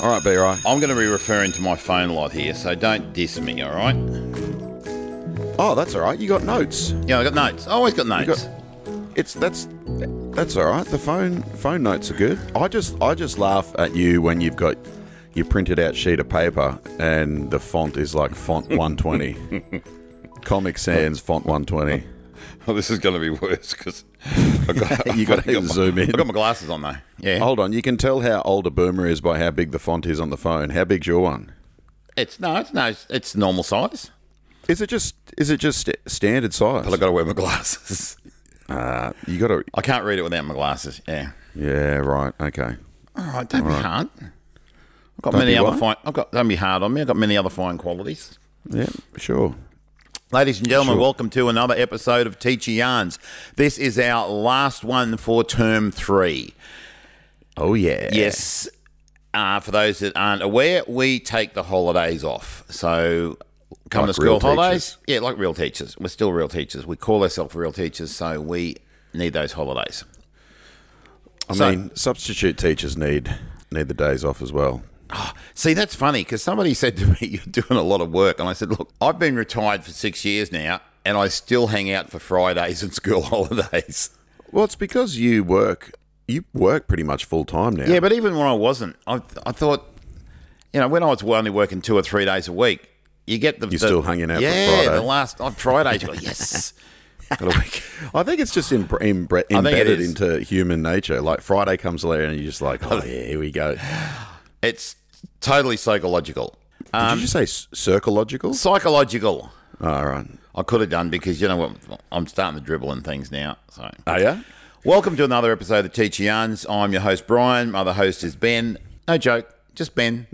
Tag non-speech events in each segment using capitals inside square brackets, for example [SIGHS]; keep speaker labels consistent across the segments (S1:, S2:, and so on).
S1: All right, B. Right.
S2: I'm going to be referring to my phone a lot here, so don't diss me, all right?
S1: Oh, that's all right. You got notes.
S2: Yeah, I got notes. I always got [LAUGHS] notes.
S1: got- It's that's that's all right. The phone phone notes are good. I just I just laugh at you when you've got your printed out sheet of paper and the font is like [LAUGHS] font 120. Comic Sans font 120.
S2: Well, this is going to be worse because [LAUGHS] I got
S1: You gotta
S2: I got my-
S1: zoom in.
S2: I got my glasses on though. Oh. Yeah,
S1: Hold on, you can tell how old a boomer is by how big the font is on the phone. How big's your one?
S2: it's no, it's no, it's normal size.
S1: Is it just is it just st- standard size?
S2: But I got to wear my glasses.
S1: Uh, you got to
S2: [LAUGHS] I can't read it without my glasses. Yeah.
S1: Yeah, right. Okay.
S2: All right, don't be hard. I've got
S1: Don't
S2: many
S1: be
S2: other
S1: what?
S2: fine. I've got don't be hard on me. I've got many other fine qualities.
S1: Yeah, sure.
S2: Ladies and gentlemen,
S1: Sure.
S2: welcome to another episode of Teacher Yarns. This is our last one for term three.
S1: Oh yeah.
S2: Yes. Uh, for those that aren't aware, we take the holidays off. So come
S1: Like
S2: to
S1: real
S2: school holidays. Yeah, like real teachers. We're still real teachers. We call ourselves real teachers, so we need those holidays.
S1: I
S2: So-
S1: mean, substitute teachers need need the days off as well.
S2: See, that's funny because somebody [LAUGHS] said to me, You're doing a lot of work. And I said, Look, I've been retired for six years now, and I still hang out for Fridays and school [LAUGHS] holidays.
S1: Well, it's because you work you work pretty much full time now.
S2: Yeah, but even when I wasn't, I, I thought, you know, when I was only working two or three days a week, you get the. You're
S1: still hanging out for
S2: Yeah,
S1: Friday.
S2: the last
S1: [LAUGHS]
S2: on Fridays, you go, yes. Got a week.
S1: I think it's just imbre- imbre-
S2: think it
S1: embedded
S2: is.
S1: into human nature. Like Friday comes later, and you're just like, oh yeah, here we go.
S2: It's totally psychological. Um,
S1: Did you say s- circological?
S2: Psychological.
S1: All right.
S2: I could have done because, you know what, I'm starting to dribble and things now. So.
S1: Are you?
S2: Welcome to another episode of Teacher Yarns. I'm your host, Brian. My other host is Ben. No joke, just Ben.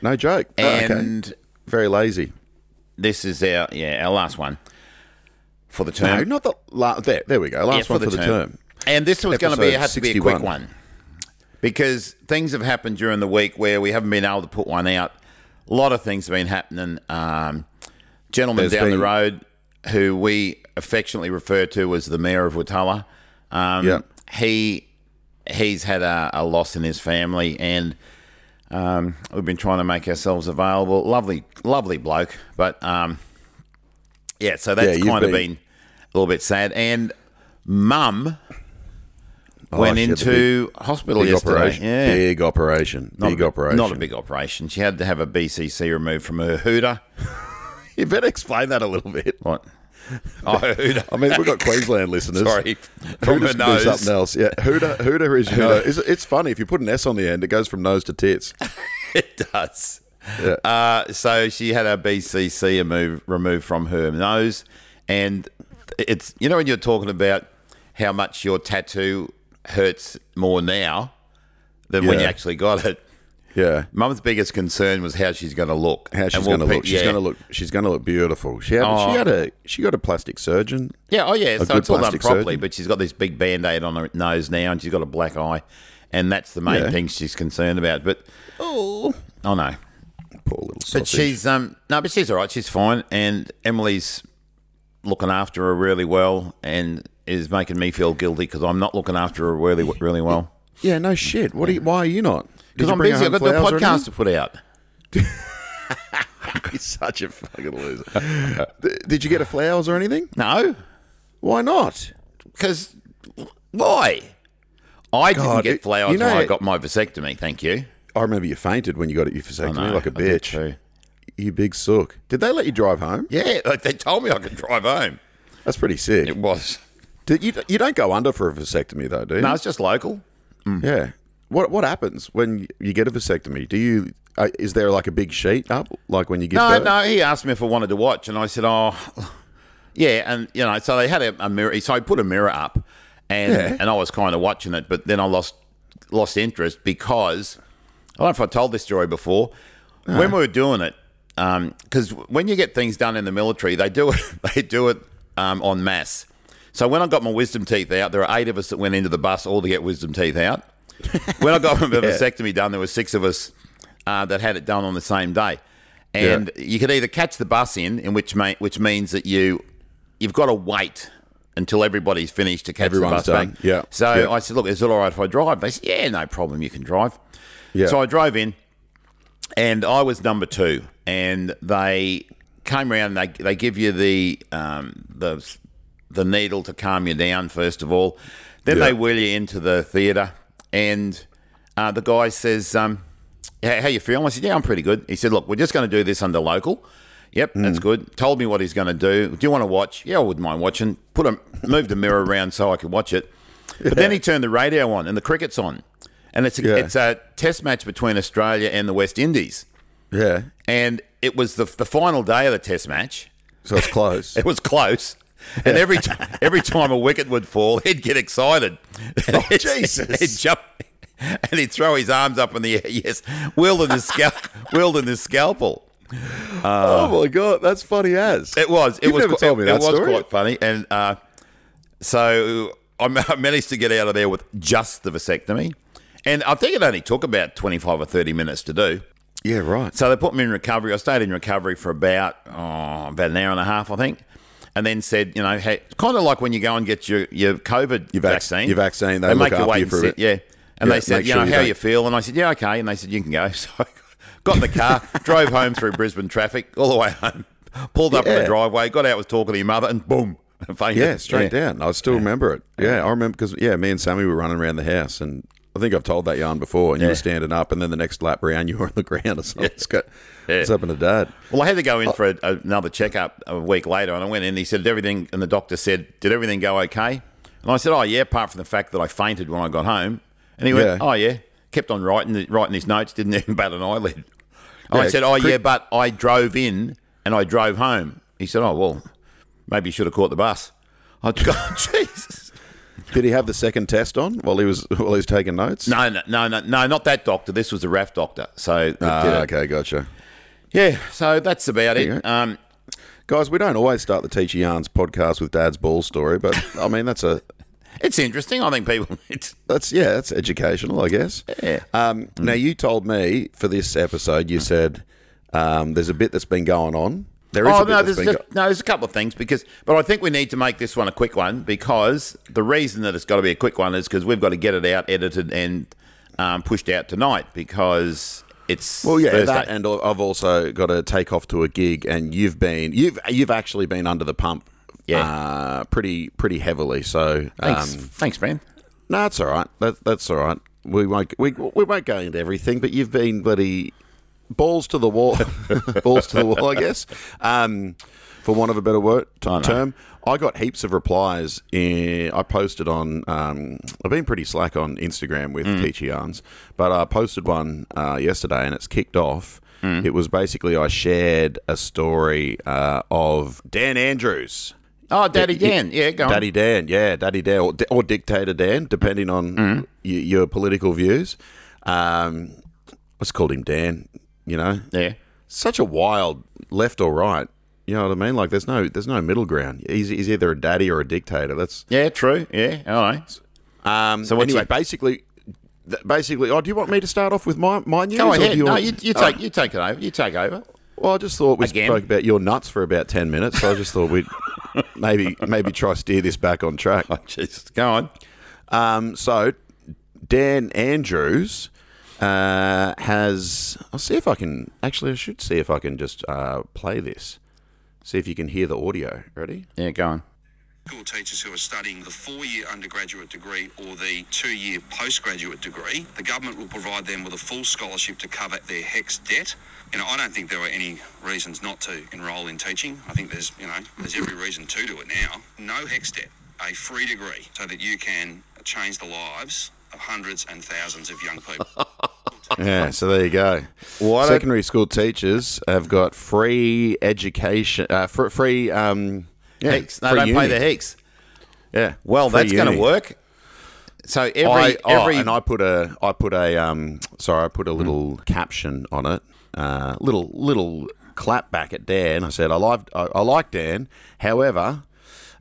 S1: No joke. Oh, okay.
S2: And
S1: very lazy.
S2: this is our yeah our last one for the term.
S1: No, not the la- there. There we go. Last
S2: Yeah,
S1: one for the, term.
S2: And this was going to be
S1: Episode
S2: had to be a quick
S1: 61.
S2: one because things have happened during the week where we haven't been able to put one out. A lot of things have been happening. Um, gentleman
S1: There's
S2: down the
S1: been-
S2: road who we affectionately refer to as the mayor of Watala. Um,
S1: Yeah.
S2: He he's had a, a loss in his family, and um, we've been trying to make ourselves available. Lovely, lovely bloke, but um, yeah. So
S1: Yeah,
S2: that's
S1: you've
S2: kind of
S1: been-
S2: been a little bit sad. And mum went
S1: Oh, she had the
S2: into hospital
S1: Big
S2: yesterday.
S1: operation.
S2: Yeah,
S1: Big operation.
S2: Not
S1: big
S2: a-
S1: operation.
S2: Not a big operation. She had to have a BCC removed from her hooter.
S1: [LAUGHS] You better explain that a little
S2: [LAUGHS]
S1: bit. [LAUGHS]
S2: What? Oh, her hooter.
S1: I mean, we've got Queensland [LAUGHS] listeners.
S2: Sorry, [LAUGHS] from her
S1: Hooter's been
S2: nose.
S1: something else. Yeah, Hooter, Hooter is, you know, it's, it's funny. If you put an S on the end, it goes from nose to tits.
S2: [LAUGHS] It does. Uh, so she had her BCC remove, removed from her nose, and it's you know when you're talking about how much your tattoo hurts more now than when
S1: Yeah.
S2: you actually got it.
S1: Yeah.
S2: Mum's biggest concern was how she's going to look.
S1: How she's
S2: And we'll
S1: going to
S2: pe-
S1: look. She's
S2: yeah. Oh.
S1: going to look. She's going to look beautiful. She had, she had a, she got a plastic surgeon.
S2: Yeah, oh yeah. So
S1: good
S2: it's all done
S1: plastic
S2: properly,
S1: surgeon.
S2: but she's got this big band aid on her nose now, and she's got a black eye, and that's the main
S1: Yeah.
S2: thing she's concerned about. But
S1: Oh,
S2: oh no,
S1: poor little sausage.
S2: but she's um no, but she's all right. She's fine, and Emily's looking after her really well, and is making me feel guilty because I'm not looking after her really really well.
S1: yeah, no shit. What? Are you, why are you not? Did
S2: Because
S1: you
S2: I'm
S1: bring her
S2: busy. I've got
S1: home
S2: the
S1: flowers or
S2: podcast
S1: anything?
S2: to put out.
S1: [LAUGHS] You're such a fucking loser. Th- Did you get her flowers or anything?
S2: No,
S1: Why not?
S2: because why? I didn't
S1: God,
S2: get
S1: it-
S2: flowers
S1: you know-
S2: when I got my vasectomy. Thank you.
S1: I remember you fainted when you got it. You forsaken me
S2: No,
S1: like a
S2: I did
S1: bitch.
S2: too.
S1: You big sook. Did they let you drive home?
S2: Yeah, like they told me I could drive home.
S1: That's pretty sick.
S2: It was.
S1: Did you you don't go under for a vasectomy though, do you?
S2: No, it's just local.
S1: Yeah. What what happens when you get a vasectomy? Do you uh, is there like a big sheet up like when you give
S2: No,
S1: birth?
S2: no. He asked me if I wanted to watch, and I said, "Oh, [LAUGHS] yeah." And you know, so they had a, a mirror. So I put a mirror up, and
S1: Yeah.
S2: and I was kind of watching it, but then I lost lost interest because I don't know if I told this story before. When we were doing it, because when you get things done in the military, they do it. [LAUGHS] They do it um, en masse. So when I got my wisdom teeth out, there were eight of us that went into the bus all to get wisdom teeth out. [LAUGHS] when I got my vasectomy done, there were six of us uh, that had it done on the same day, and you could either catch the bus in, in which ma- which means that you you've got to wait until everybody's finished to catch
S1: Everyone's
S2: the bus
S1: done.
S2: back.
S1: Yeah.
S2: So
S1: Yeah.
S2: I said, look, is it all right if I drive? They said, yeah, no problem, you can drive.
S1: Yeah.
S2: So I drove in, and I was number two, and they came around. And they they give you the um, the the needle to calm you down first of all. Then
S1: Yeah.
S2: they wheel you into the theatre, and uh, the guy says, um, "How how you feeling?" I said, "Yeah, I'm pretty good." He said, "Look, we're just going to do this under local." Yep,
S1: Hmm.
S2: that's good. Told me what he's going to do. Do you want to watch? Yeah, I wouldn't mind watching. Put a moved the mirror around so I could watch it. But then he turned the radio on, and the cricket's on, and it's a,
S1: Yeah.
S2: it's a test match between Australia and the West Indies,
S1: Yeah.
S2: and it was the the final day of the test match.
S1: So it's close.
S2: It was close. And every t- every time a wicket would fall, he'd get excited. Oh,
S1: Jesus.
S2: [LAUGHS] He'd jump [LAUGHS] and he'd throw his arms up in the air. [LAUGHS] Yes, wielding his, [LAUGHS] scal- wielding his scalpel.
S1: [LAUGHS] oh my god, that's funny as.
S2: It was. It
S1: You've
S2: was.
S1: never
S2: qu-
S1: told me
S2: it,
S1: that
S2: it was
S1: story.
S2: quite funny. And uh, so I ma- I managed to get out of there with just the vasectomy, and I think it only took about twenty five or thirty minutes to do.
S1: yeah, right.
S2: So they put me in recovery. I stayed in recovery for about oh, about an hour and a half, I think, and then said, you know, hey, kind of like when you go and get your your COVID
S1: vac-
S2: vaccine,
S1: your vaccine, they
S2: they
S1: look
S2: make you
S1: after
S2: wait
S1: you
S2: and
S1: for a
S2: sit,
S1: bit.
S2: yeah. And
S1: Yeah,
S2: they said,
S1: make
S2: you
S1: sure
S2: know,
S1: you
S2: how
S1: don't-
S2: you feel? And I said, yeah, okay. And they said, you can go. [LAUGHS] So I got in the car, [LAUGHS] drove home through Brisbane traffic all the way home, pulled up in the
S1: Yeah.
S2: driveway, got out, was talking to your mother, and boom, [LAUGHS] fainted.
S1: Yeah, straight down. I still remember it. Yeah, I remember because yeah, me and Sammy were running around the house, and I think I've told that yarn before. And you
S2: Yeah.
S1: were standing up, and then the next lap round, [LAUGHS] you were on the ground or something. It's got, What's happened to Dad?
S2: Well, I had to go in for a, another checkup a week later, and I went in. And he said "Did everything, and the doctor said, "Did everything go okay?" And I said, "Oh yeah, apart from the fact that I fainted when I got home." And he went,
S1: Yeah.
S2: "Oh yeah," kept on writing writing his notes, didn't [LAUGHS] even bat an eyelid. And I
S1: Yeah,
S2: said, "Oh
S1: cri-
S2: yeah, but I drove in and I drove home." He said, "Oh well, maybe you should have caught the bus." I [LAUGHS] go, "Jesus."
S1: Did he have the second test on while he was while he was taking notes?
S2: No, no, no, no, no, not that doctor. This was a RAF doctor. So,
S1: Ah,
S2: uh,
S1: okay, gotcha.
S2: yeah, so that's about
S1: you
S2: it.
S1: go.
S2: Um,
S1: Guys, we don't always start the Teacher Yarns podcast with Dad's ball story,
S2: [LAUGHS]
S1: but I mean that's a
S2: it's interesting. I think people [LAUGHS] need
S1: that's yeah, that's educational, I guess.
S2: Yeah. Mm.
S1: Um, Now you told me for this episode, you said um, there's a bit that's been going on. There is
S2: Oh
S1: a bit
S2: no,
S1: that's
S2: there's
S1: been
S2: just,
S1: go-
S2: no, there's a couple of things because, but I think we need to make this one a quick one because the reason that it's got to be a quick one is because we've got to get it out, edited, and um, pushed out tonight because it's
S1: Well, oh, yeah,
S2: Thursday.
S1: that, and I've also got to take off to a gig, and you've been you've you've actually been under the pump,
S2: Yeah.
S1: uh, pretty pretty heavily. So
S2: thanks,
S1: Um,
S2: thanks, man.
S1: no, that's all right. That, that's all right. We won't we, we won't go into everything, but you've been bloody balls to the wall, [LAUGHS] balls to the wall, I guess. Um, for want of a better word term, I got heaps of replies. In, I posted on. Um, I've been pretty slack on Instagram with Teachy Yarns, but I posted one uh, yesterday, and it's kicked off. It was basically I shared a story uh, of Dan Andrews.
S2: Oh, Daddy
S1: it- it-
S2: Dan, yeah, go on.
S1: Daddy Dan, yeah, Daddy Dan, or, or Dictator Dan, depending on
S2: Mm.
S1: y- your political views. Um, let's call him Dan. You know,
S2: yeah,
S1: such a wild left or right. You know what I mean? Like, there's no, there's no middle ground. He's, he's either a daddy or a dictator. That's
S2: yeah, true, yeah, all right.
S1: um. So
S2: what's
S1: anyway,
S2: your-
S1: basically, th- basically. Oh, do you want me to start off with my my news?
S2: Go
S1: or
S2: ahead.
S1: do you
S2: no,
S1: want-
S2: you, you take you take it over. You take over.
S1: Well, I just thought we
S2: Again?
S1: spoke about your nuts for about ten minutes. So I just thought we'd [LAUGHS] maybe maybe try steer this back on track.
S2: Jeez, go on.
S1: Um, so Dan Andrews uh, has. I'll see if I can. Actually, I should see if I can just uh, play this. See if you can hear the audio.
S2: [LAUGHS]
S1: Ready?
S2: Yeah, go on.
S3: school teachers who are studying the four-year undergraduate degree or the two-year postgraduate degree, the government will provide them with a full scholarship to cover their HEX debt. You know, I don't think there are any reasons not to enrol in teaching. I think there's, you know, there's every reason to do it now. No HEX debt, a free degree, so that you can change the lives of hundreds and thousands of young people.
S1: Yeah. So there you go.
S2: What a-
S1: Secondary school teachers have got free education. Uh, fr- free. Um, yeah,
S2: Heeks. No,
S1: free
S2: don't play
S1: uni.
S2: the heeks.
S1: Yeah.
S2: Well,
S1: free
S2: that's going to
S1: uni.
S2: work. So every
S1: I, oh,
S2: every
S1: and I put a I put a um sorry I put a
S2: Hmm.
S1: little caption on it, uh, little little clap back at Dan. I said I like I, I like Dan. However,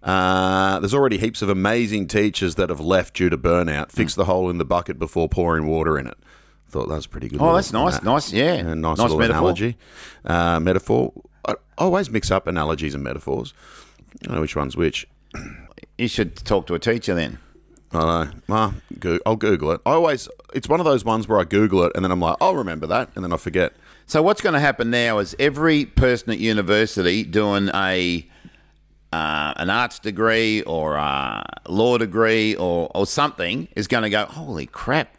S1: uh, there's already heaps of amazing teachers that have left due to burnout.
S2: Hmm.
S1: Fix the hole in the bucket before pouring water in it. Thought that was pretty good.
S2: Oh,
S1: little-
S2: that's nice, nice, yeah.
S1: a nice,
S2: Nice
S1: little
S2: metaphor.
S1: analogy, uh, metaphor. I I always mix up analogies and metaphors. I don't know which one's which.
S2: you should talk to a teacher then.
S1: I know. Nah, goo- I'll Google it. I always, it's one of those ones where I Google it and then I'm like, I'll remember that, and then I forget.
S2: So what's going to happen now is every person at university doing a uh, an arts degree or a law degree or, or something is going to go, holy crap!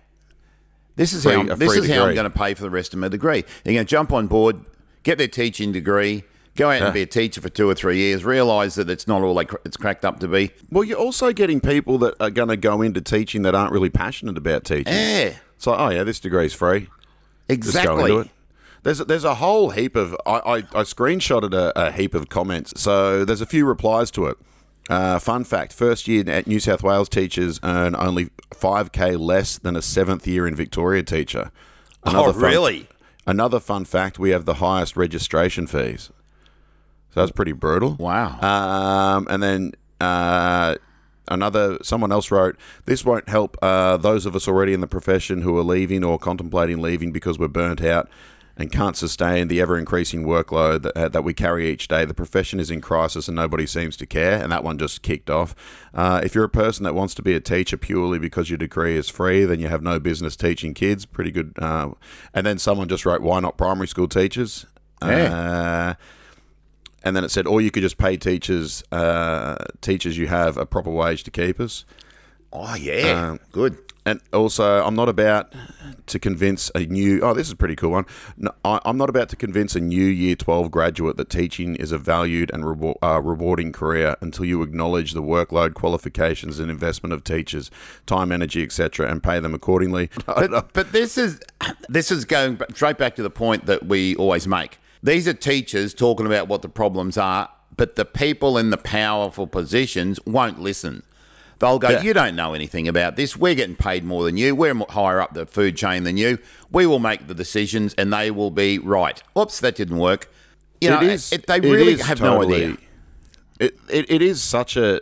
S2: This is
S1: Free-
S2: how
S1: a
S2: this
S1: free
S2: is how I'm
S1: degree.
S2: going to pay for the rest of my degree. They're going to jump on board, get their teaching degree, go out and be a teacher for two or three years, realise that it's not all they cr- it's cracked up to be.
S1: Well, you're also getting people that are going to go into teaching that aren't really passionate about teaching.
S2: Yeah,
S1: It's like, oh yeah, this degree's free. Just
S2: exactly.
S1: go into it. There's there's a whole heap of I I, I screenshotted a, a heap of comments. So there's a few replies to it. Uh, fun fact: First year at New South Wales teachers earn only five k less than a seventh year in Victoria teacher.
S2: Oh,
S1: fun-
S2: really?
S1: Another fun fact: We have the highest registration fees. So that's pretty brutal.
S2: Wow.
S1: Um, and then uh, another someone else wrote, "This won't help uh, those of us already in the profession who are leaving or contemplating leaving because we're burnt out." And can't sustain the ever increasing workload that, that we carry each day. The profession is in crisis and nobody seems to care. And that one just kicked off. Uh, if you're a person that wants to be a teacher purely because your degree is free, then you have no business teaching kids. Pretty good. Uh, and then someone just wrote, Why not primary school teachers? Uh, and then it said, or you could just pay teachers, uh, teachers you have a proper wage to keep us. Um,
S2: oh yeah, good.
S1: And also, I'm not about to convince a new. Oh, this is a pretty cool one. No, I, I'm not about to convince a new Year 12 graduate that teaching is a valued and rewar- uh, rewarding career until you acknowledge the workload, qualifications, and investment of teachers, time, energy, etc., and pay them accordingly. [LAUGHS] I don't-
S2: But this is this is going b- straight back to the point that we always make. These are teachers talking about what the problems are, but the people in the powerful positions won't listen. They'll go, "You don't know anything about this. We're getting paid more than you. We're mo- higher up the food chain than you. We will make the decisions, and they will be right." Oops, that didn't work. You know,
S1: It is-
S2: it- they
S1: it
S2: really
S1: is
S2: have no
S1: totally-
S2: idea.
S1: It, it, it is such a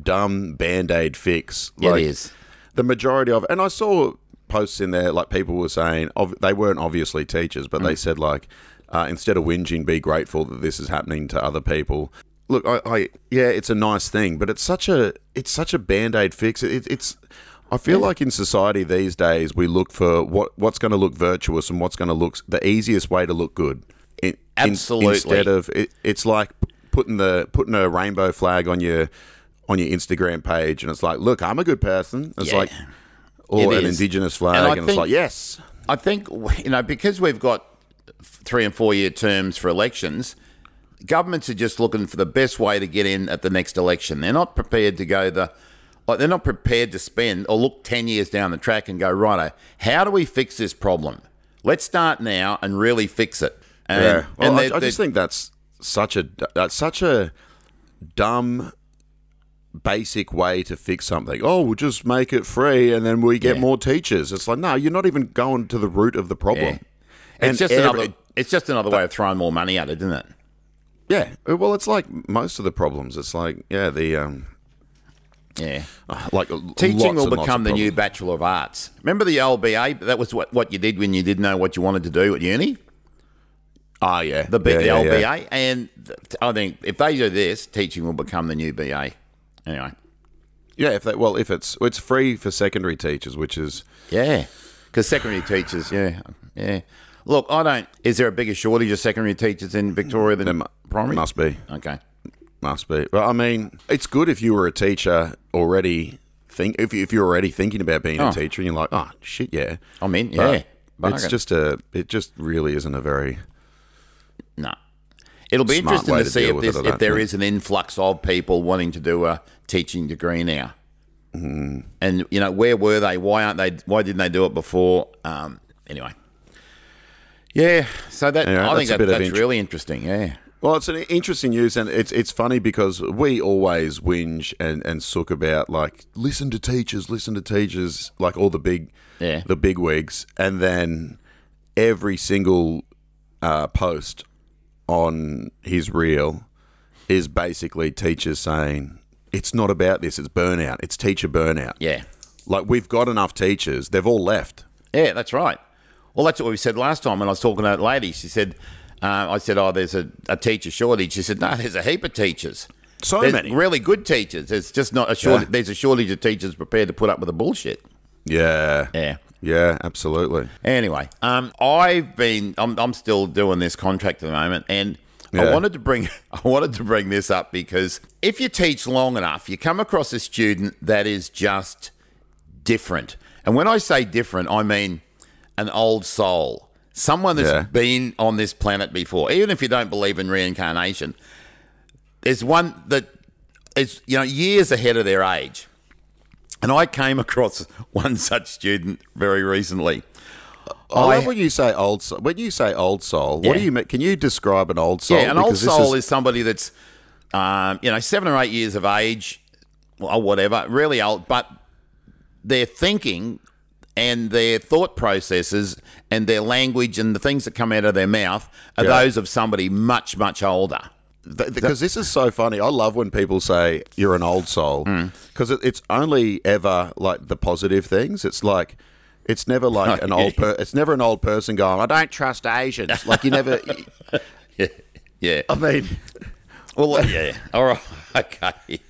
S1: dumb band aid fix.
S2: It is.
S1: The majority of, and I saw posts in there like people were saying of, they weren't obviously teachers, but
S2: Mm.
S1: they said like uh, instead of whinging, be grateful that this is happening to other people. Look, I, I yeah, it's a nice thing, but it's such a it's such a band aid fix. It, it's I feel like in society these days we look for what what's going to look virtuous and what's going to look the easiest way to look good. In, in-
S2: Absolutely.
S1: instead of it, it's like putting the putting a rainbow flag on your on your Instagram page, and it's like, look, I'm a good person. It's
S2: Yeah.
S1: like or
S2: It
S1: an
S2: is.
S1: indigenous
S2: And
S1: flag,
S2: I
S1: and, it's
S2: think-
S1: like, yes,
S2: I think [LAUGHS] you know because we've got three and four year terms for elections. Governments are just looking for the best way to get in at the next election. They're not prepared to go the like they're not prepared to spend or look ten years down the track and go righto. How do we fix this problem? Let's start now and really fix it. And,
S1: yeah. Well,
S2: and
S1: I,
S2: they're-
S1: I just
S2: they're-
S1: think that's such a that's such a dumb basic way to fix something. Oh, we'll just make it free, and then we get more teachers. It's like, no, you're not even going to the root of the problem.
S2: Yeah. it's just
S1: every-
S2: another it's just another way of throwing more money at it, isn't it?
S1: Yeah, well, it's like most of the problems. It's like, yeah, the um,
S2: Yeah. [SIGHS]
S1: like
S2: Teaching
S1: lots
S2: will
S1: and lots
S2: become
S1: of
S2: the new
S1: problems.
S2: Bachelor of Arts. Remember the LBA? That was what, what you did when you didn't know what you wanted to do at uni?
S1: Ah, yeah,
S2: the, B,
S1: yeah,
S2: the
S1: yeah,
S2: old
S1: yeah.
S2: BA. And th- I think if they do this, teaching will become the new BA. Anyway,
S1: Yeah, if they, well, if it's it's free for secondary teachers, which is
S2: yeah, because secondary teachers, yeah, yeah. Look, I don't. Is there a bigger shortage of secondary teachers in Victoria than
S1: mu-
S2: primary?
S1: must be
S2: Okay.
S1: must be. But I mean, it's good if you were a teacher already. Think if you, if you're already thinking about being
S2: Oh.
S1: a teacher, and you're like, oh shit, yeah,
S2: I'm in,
S1: But
S2: yeah. Bargain.
S1: It's just a. It just really isn't a very.
S2: No. It'll be
S1: Smart
S2: interesting
S1: way
S2: to
S1: to
S2: see
S1: deal
S2: if,
S1: with
S2: this,
S1: it, I
S2: if
S1: don't
S2: there
S1: think.
S2: is an influx of people wanting to do a teaching degree now.
S1: Mm-hmm.
S2: And you know, where were they? Why aren't they? Why didn't they do it before? Um, anyway. Yeah, so that
S1: Anyway,
S2: I think
S1: that's a
S2: that,
S1: bit of
S2: that's
S1: int-
S2: really interesting. Yeah,
S1: Well, it's an interesting news, and it's it's funny because we always whinge and and sook about like listen to teachers, listen to teachers, like all the big
S2: Yeah.
S1: the big wigs, and then every single uh, post on his reel is basically teachers saying it's not about this, it's burnout, it's teacher burnout.
S2: yeah,
S1: Like we've got enough teachers, they've all left.
S2: yeah. That's right. Well, that's what we said last time when I was talking to that lady. She said, uh, "I said, oh, there's a, a teacher shortage." She said, "No, there's a heap of teachers."
S1: So
S2: There's
S1: many.
S2: really good teachers. There's just not a shortage.
S1: Yeah.
S2: There's a shortage of teachers prepared to put up with the bullshit.
S1: yeah.
S2: Yeah.
S1: Yeah, absolutely.
S2: Anyway, um, I've been. I'm, I'm still doing this contract at the moment, and I
S1: Yeah.
S2: wanted to bring. [LAUGHS] I wanted to bring this up because if you teach long enough, you come across a student that is just different. And when I say different, I mean an old soul, someone that's
S1: Yeah.
S2: been on this planet before. Even if you don't believe in reincarnation, there's one that is you know years ahead of their age. And I came across [LAUGHS] one such student very recently.
S1: I,
S2: I-
S1: love when you say old soul. When you say old soul, what do
S2: Yeah.
S1: you mean? Can you describe an old soul?
S2: Yeah, an old
S1: Because this
S2: soul is, somebody that's, um, you know, seven or eight years of age, or whatever, really old, but their thinking and their thought processes and their language and the things that come out of their mouth are
S1: Yeah.
S2: those of somebody much, much older.
S1: Th- because this is so funny. I love when people say you're an old soul
S2: Hmm.
S1: because it, it's only ever like the positive things. It's like it's never like an old. Per- it's never an old person going. I don't trust Asians. Like you never.
S2: [LAUGHS] Yeah. [LAUGHS] Yeah.
S1: I mean,
S2: Well, yeah. All right. [LAUGHS] Okay.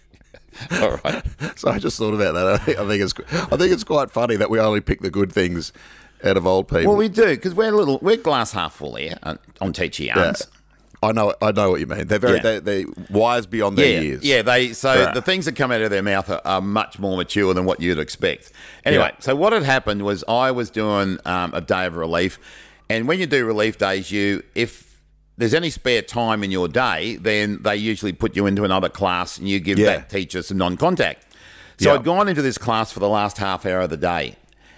S2: All right.
S1: [LAUGHS] so I just thought about that. I think, I think it's. I think it's quite funny that we only pick the good things out of old people.
S2: Well, we do because we're a little we're glass half full here on, on Teacher Yarns.
S1: I know. I know what you mean. They're very.
S2: Yeah.
S1: They, they wise beyond their
S2: yeah,
S1: years.
S2: Yeah, they so
S1: Right.
S2: the things that come out of their mouth are, are much more mature than what you'd expect. Anyway,
S1: Yeah.
S2: so what had happened was I was doing um, a day of relief, and when you do relief days, you if there's any spare time in your day, then they usually put you into another class and you give
S1: Yeah.
S2: that teacher some non-contact. So
S1: Yeah.
S2: I'd gone into this class for the last half hour of the day,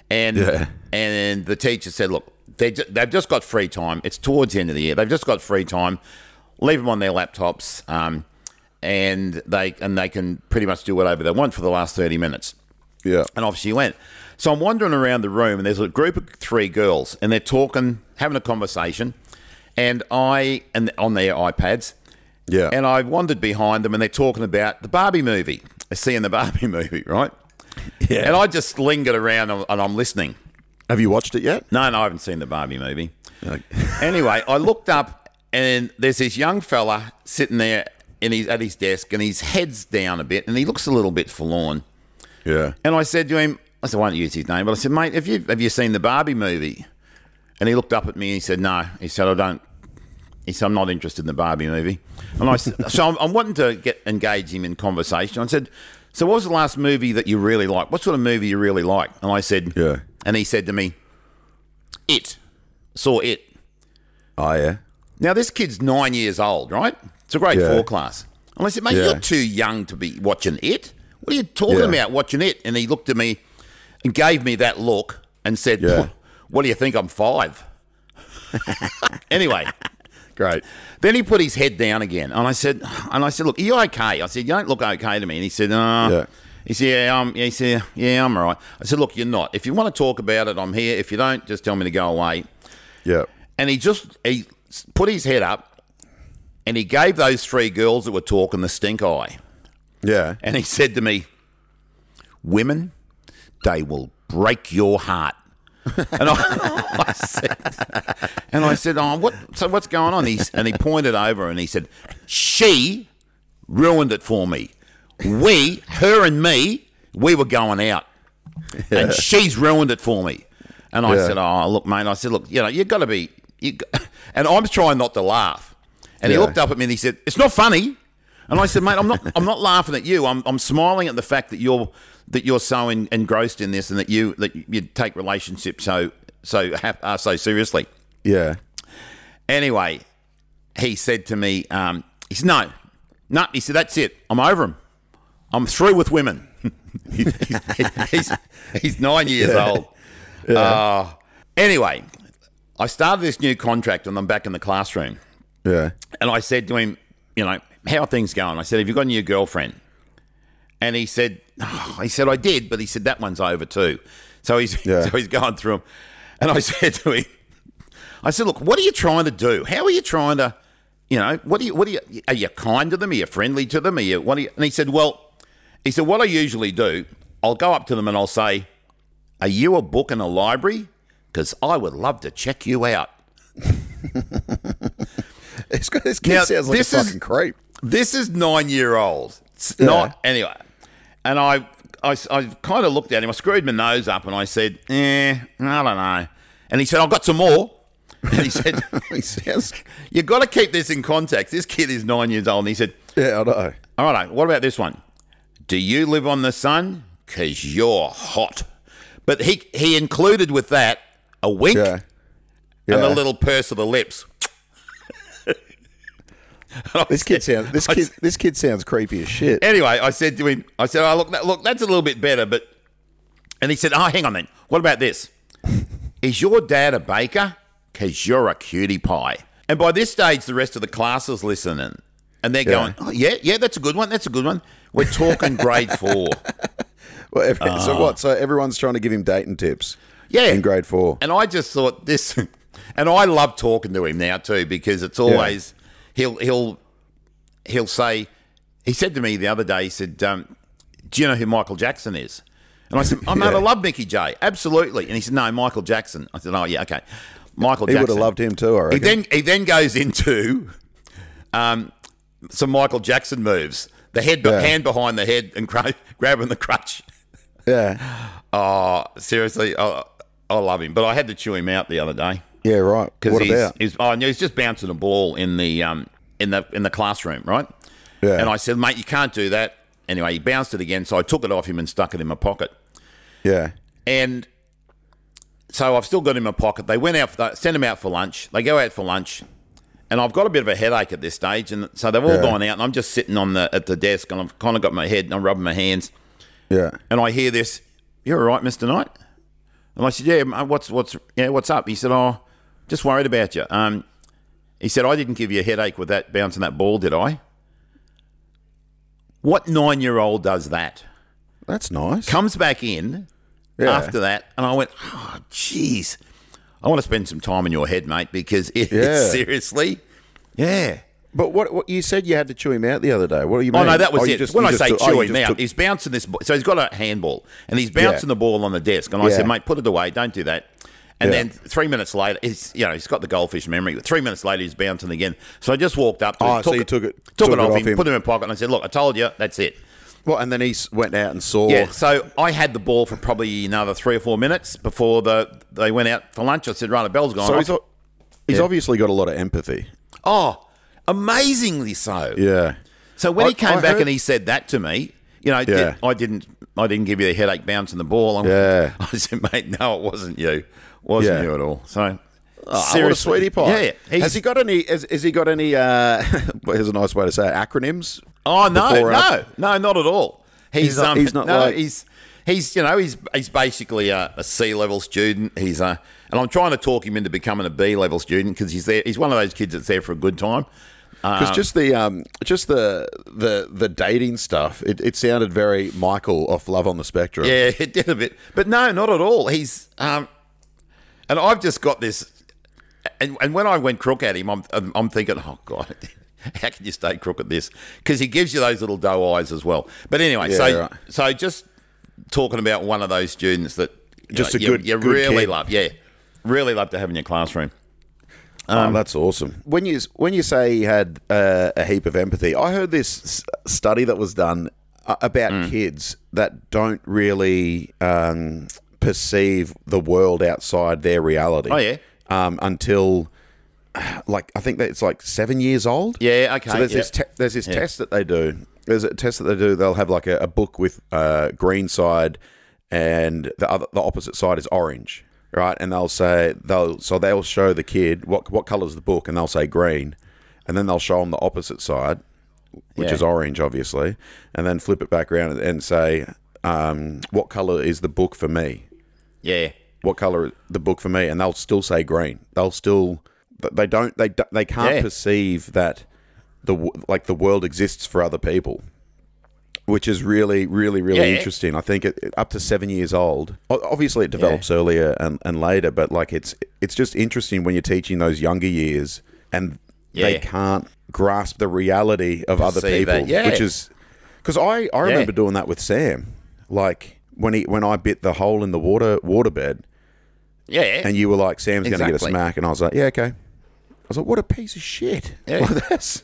S2: and
S1: Yeah.
S2: and the teacher said, "Look, they ju- they've just got free time. It's towards the end of the year. They've just got free time. Leave them on their laptops, um, and they and they can pretty much do whatever they want for the last thirty minutes."
S1: Yeah.
S2: And off she went. So I'm wandering around the room, and there's a group of three girls, and they're talking, having a conversation, and I and on their iPads,
S1: Yeah.
S2: and I wandered behind them, and they're talking about the Barbie movie, seeing the Barbie [LAUGHS] movie, right?
S1: Yeah.
S2: And I just lingered around, and and I'm listening.
S1: Have you watched it yet?
S2: No, no, I haven't seen the Barbie movie. [LAUGHS]
S1: Like-
S2: Anyway, I looked up and there's this young fella sitting there in his, at his desk and his head's down a bit and he looks a little bit forlorn.
S1: yeah.
S2: And I said to him, I said, I won't use his name, but I said, mate, have you, have you seen the Barbie movie? And he looked up at me and he said, no. He said, I don't. He said, I'm not interested in the Barbie movie. And I said, so I'm, I'm wanting to get engage him in conversation. I said, so what was the last movie that you really liked? What sort of movie you really like? And I said,
S1: Yeah.
S2: And he said to me, it. Saw it.
S1: Oh yeah.
S2: Now this kid's nine years old, right? It's a grade
S1: Yeah.
S2: four class. And I said, mate,
S1: Yeah.
S2: you're too young to be watching it. What are you talking
S1: Yeah.
S2: about watching it? And he looked at me and gave me that look and said,
S1: Yeah.
S2: what do you think? I'm five. [LAUGHS] anyway,
S1: Great.
S2: then he put his head down again, and I said, and I said, look, are you okay? I said, you don't look okay to me. And he said, uh,
S1: Yeah.
S2: he said, yeah, um, he said, yeah, I'm all right. I said, look, you're not. If you want to talk about it, I'm here. If you don't, just tell me to go away
S1: Yeah.
S2: and he just he s- put his head up and he gave those three girls that were talking the stink eye
S1: Yeah.
S2: and he said to me women they will break your heart [LAUGHS] and I, [LAUGHS] I said, and I said, "Oh, what? So what's going on?" He, s- and he pointed over and he said, "She ruined it for me. We, her and me, we were going out, and she's ruined it for me." And I
S1: Yeah.
S2: said, "Oh, look, mate." I said, "Look, you know, you got to be." You, g- [LAUGHS] and I'm trying not to laugh. And he
S1: Yeah.
S2: looked up at me and he said, "It's not funny." And I said, "Mate, I'm not. I'm not laughing at you. I'm, I'm smiling at the fact that you're that you're so en- engrossed in this and that you that you take relationships so so hap- uh, so seriously."
S1: Yeah.
S2: Anyway, he said to me, um, he said, no, no, he said, that's it. I'm over him. I'm through with women. [LAUGHS] he's, he's, he's nine years old. Uh, anyway, I started this new contract and I'm back in the classroom.
S1: Yeah.
S2: And I said to him, you know, how are things going? I said, have you got a new girlfriend? And he said, oh, he said, I did, but he said, that one's over too. So he's, [LAUGHS]
S1: Yeah.
S2: so he's going through them. And I [LAUGHS] said to him, I said, look, what are you trying to do? How are you trying to, you know, what do you, what do you, are you kind to them? Are you friendly to them? Are you, what do you, and he said, well, he said, what I usually do, I'll go up to them and I'll say, are you a book in a library? Because I would love to check you out.
S1: This, guy- this kid
S2: Now,
S1: sounds like
S2: this
S1: a
S2: is-
S1: fucking creep. [LAUGHS]
S2: This is nine year old. It's not anyway. And I, I, I kind of looked at him. I screwed my nose up and I said, "Eh, I don't know." And he said, "I've got some more." [LAUGHS] And he said,
S1: He says,
S2: "You got to keep this in context. This kid is nine years old." And he said,
S1: "Yeah, I know."
S2: "All right, what about this one? Do you live on the sun? Cause you're hot." But he he included with that a wink
S1: Yeah, yeah.
S2: and a little purse of the lips. [LAUGHS]
S1: This kid sounds this
S2: I
S1: kid
S2: said-
S1: this kid sounds creepy as shit.
S2: Anyway, I said to him, I said, "Oh, look, that, look, that's a little bit better." But and he said, "Oh, hang on, then. What about this? Is your dad a baker? Because you're a cutie pie." And by this stage, the rest of the class is listening, and they're going, "Oh, yeah, yeah, that's a good one. That's a good one." We're talking grade four.
S1: Well, every-
S2: Ah.
S1: So what? So everyone's trying to give him dating tips.
S2: Yeah.
S1: in grade four.
S2: And I just thought this, [LAUGHS] and I love talking to him now too because it's always he'll he'll he'll say. He said to me the other day, he said, um, "Do you know who Michael Jackson is?" And I said,
S1: [LAUGHS]
S2: "Oh mate, I love Mickey J, absolutely." And he said, "No, Michael Jackson." I said, "Oh yeah, okay, Michael."
S1: He
S2: Jackson.
S1: would have loved him too. I
S2: He
S1: reckon.
S2: then he then goes into um, some Michael Jackson moves: the head,
S1: Yeah.
S2: hand behind the head, and [LAUGHS] cra- grabbing the crutch.
S1: yeah,
S2: Oh, seriously, I, I love him, but I had to chew him out the other day
S1: yeah, right.
S2: because
S1: What
S2: he's,
S1: about?
S2: he's oh, no, he's just bouncing a ball in the um in the in the classroom, right?
S1: Yeah.
S2: And I said, mate, you can't do that. Anyway, he bounced it again, so I took it off him and stuck it in my pocket.
S1: Yeah,
S2: And so I've still got it in my pocket. They went out, for that, sent him out for lunch. They go out for lunch, and I've got a bit of a headache at this stage. And so they've all
S1: Yeah.
S2: gone out, and I'm just sitting on the at the desk, and I've kind of got my head and I'm rubbing my hands
S1: yeah,
S2: and I hear this. You're all right, Mister Knight. And I said, Yeah, mate, what's what's yeah, what's up? He said, Oh, just worried about you. Um, he said, I didn't give you a headache with that bouncing that ball, did I? What nine year old does that?
S1: that's nice.
S2: Comes back in
S1: yeah.
S2: after that, and I went, Oh, jeez, I want to spend some time in your head, mate, because it,
S1: Yeah.
S2: [LAUGHS] seriously, yeah.
S1: But what, what you said you had to chew him out the other day. What do you mean?
S2: Oh no, that was
S1: you
S2: it.
S1: just-
S2: when
S1: you
S2: I
S1: just
S2: say
S1: took- oh, you
S2: chew him
S1: just
S2: out,
S1: took-
S2: he's bouncing this. ball. So he's got a handball, and he's bouncing
S1: Yeah.
S2: the ball on the desk. And I
S1: Yeah.
S2: said, "Mate, put it away. Don't do that." And
S1: Yeah.
S2: then three minutes later, he's you know he's got the goldfish memory. But three minutes later, he's bouncing again. So I just walked up. To
S1: Oh,
S2: him,
S1: so you took it-
S2: took, it, off him, put it in my pocket, and I said, "Look, I told you, that's it."
S1: well, and then he s- went out and saw.
S2: Yeah. So I had the ball for probably another three or four minutes before the they went out for lunch. I said, "Right, the bell's gone."
S1: So
S2: off."
S1: he's, o- he's obviously got a lot of empathy.
S2: oh, amazingly so.
S1: Yeah.
S2: So when
S1: I-
S2: he came
S1: I
S2: back
S1: heard-
S2: and he said that to me, you know, did-
S1: Yeah.
S2: I didn't, I didn't give you the headache bouncing the ball. I'm-
S1: Yeah.
S2: [LAUGHS] I said, mate, no, it wasn't you, wasn't
S1: Yeah.
S2: you at all. So,
S1: Oh, what a sweetie pie.
S2: Yeah, yeah.
S1: Has he got any? Has, has he got any? Uh, [LAUGHS] well, here's a nice way to say it, acronyms.
S2: Oh no,
S1: Before and
S2: no,
S1: after?
S2: no, not at all. He's,
S1: He's not-
S2: um,
S1: he's not
S2: no,
S1: like-
S2: he's he's you know he's he's basically a, a C level student. He's a and I'm trying to talk him into becoming a B level student because he's there. He's one of those kids that's there for a good time.
S1: Because just the um, just the the the dating stuff, it, it sounded very Michael off Love on the Spectrum.
S2: Yeah, [LAUGHS] it did a bit, but no, not at all. He's um, and I've just got this, and and when I went crook at him, I'm I'm, I'm thinking, oh god, [LAUGHS] how can you stay crook at this? Because he gives you those little doe eyes as well. But anyway,
S1: Yeah,
S2: so
S1: right.
S2: so just talking about one of those students that you
S1: Just
S2: know,
S1: a
S2: you,
S1: good-
S2: you
S1: good
S2: really
S1: kid.
S2: love, yeah, really love to have in your classroom.
S1: oh, that's awesome. When you when you say he had uh, a heap of empathy, I heard this s- study that was done uh, about kids that don't really um, perceive the world outside their reality.
S2: Oh, yeah.
S1: um, until like I think that it's like seven years old.
S2: Yeah, okay,
S1: So there's
S2: yeah.
S1: this te- there's this test that they do. There's a test that they do. They'll have like a, a book with uh, green side, and the other the opposite side is orange, right? And they'll say they'll so they'll show the kid what what color is the book, and they'll say green, and then they'll show them the opposite side, which
S2: Yeah.
S1: is orange, obviously, and then flip it back around and, and say um, what color is the book for me,
S2: Yeah,
S1: what color is the book for me and they'll still say green they'll still but they don't they don't- they can't
S2: Yeah.
S1: perceive that the w- like the world exists for other people which is really really really
S2: Yeah.
S1: interesting i think it, it- up to 7 years old o- obviously it develops earlier and, and later but like it's it's just interesting when you're teaching those younger years and they
S2: Yeah.
S1: can't grasp the reality of other
S2: Perceive
S1: people
S2: that, yeah.
S1: which is because I, I remember doing that with Sam, like when he when I bit the hole in the water waterbed,
S2: yeah,
S1: and you were like, "Sam's going to get a
S2: Exactly.
S1: smack," and I was like, "Yeah, okay." I was like, "What a piece of shit!" [LAUGHS]
S2: Yeah.
S1: Like, that's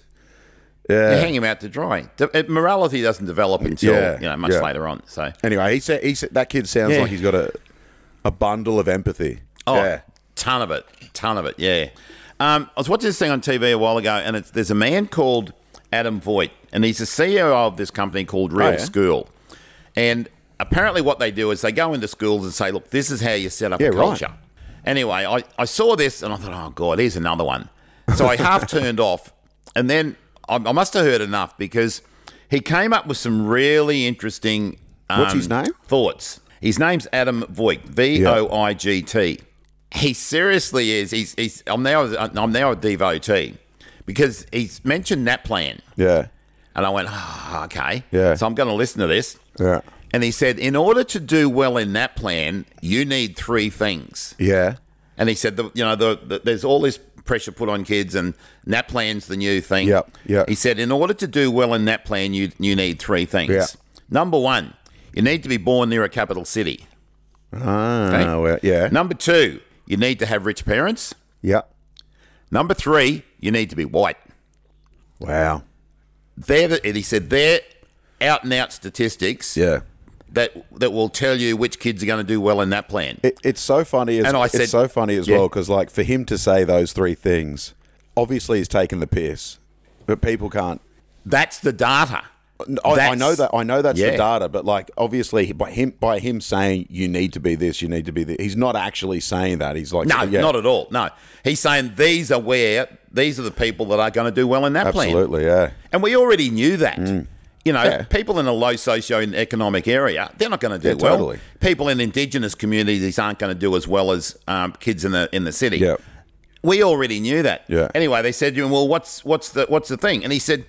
S2: You hang him out to dry. De- uh, morality doesn't develop until
S1: uh, Yeah,
S2: you know much
S1: yeah.
S2: later on. So,
S1: Anyway, he said he said that kid sounds
S2: Yeah.
S1: like he's got a a bundle of empathy.
S2: oh,
S1: yeah.
S2: ton of it, ton of it. Yeah. Um, I was watching this thing on TV a while ago, and it's, there's a man called Adam Voigt, and he's the CEO of this company called Real
S1: Oh, yeah?
S2: School. And apparently, what they do is they go into schools and say, "Look, this is how you set up
S1: Yeah,
S2: a
S1: right.
S2: culture." Anyway, I, I saw this and I thought, oh god, here's another one. So
S1: [LAUGHS]
S2: I half turned off, and then I, I must have heard enough because he came up with some really interesting. Um,
S1: What's his name?
S2: Thoughts. His name's Adam Voigt. V O I G T. He seriously is. He's. he's I'm now. I'm now a devotee because he's mentioned that plan.
S1: Yeah.
S2: And I went, oh, okay.
S1: Yeah.
S2: So I'm going to listen to this.
S1: Yeah.
S2: And he said, in order to do well in that plan, you need three things.
S1: Yeah.
S2: And he said, the, you know, the, the, there's all this pressure put on kids, and NAP plan's the new thing.
S1: Yep, yep.
S2: He said, in order to do well in NAP plan, you you need three things.
S1: Yeah.
S2: Number one, you need to be born near a capital city.
S1: Ah,
S2: okay?
S1: well, yeah.
S2: Number two, you need to have rich parents.
S1: Yeah.
S2: Number three, you need to be white.
S1: Wow.
S2: They're the, and he said they're out and out statistics
S1: Yeah.
S2: that that will tell you which kids are going to do well in that plan.
S1: It, it's so funny as
S2: And I said-
S1: it's so funny as
S2: Yeah.
S1: well because like for him to say those three things, obviously he's taking the piss, but people can't.
S2: That's the data.
S1: I, I
S2: That's-
S1: know that I know that's
S2: Yeah.
S1: the data, but like obviously by him by him saying you need to be this, you need to be this, he's not actually saying that. He's like
S2: No,
S1: yeah,
S2: not at all. No. He's saying these are where these are the people that are going to do well in that plan.
S1: absolutely, yeah,
S2: And we already knew that. You know,
S1: Mm. Yeah.
S2: people in a low socio-economic area, they're not going to do
S1: Yeah,
S2: well.
S1: totally.
S2: People in indigenous communities aren't going to do as well as um, kids in the in the city.
S1: yeah,
S2: We already knew that.
S1: Yeah.
S2: Anyway, they said to him, "Well, what's what's the what's the thing?" And he said,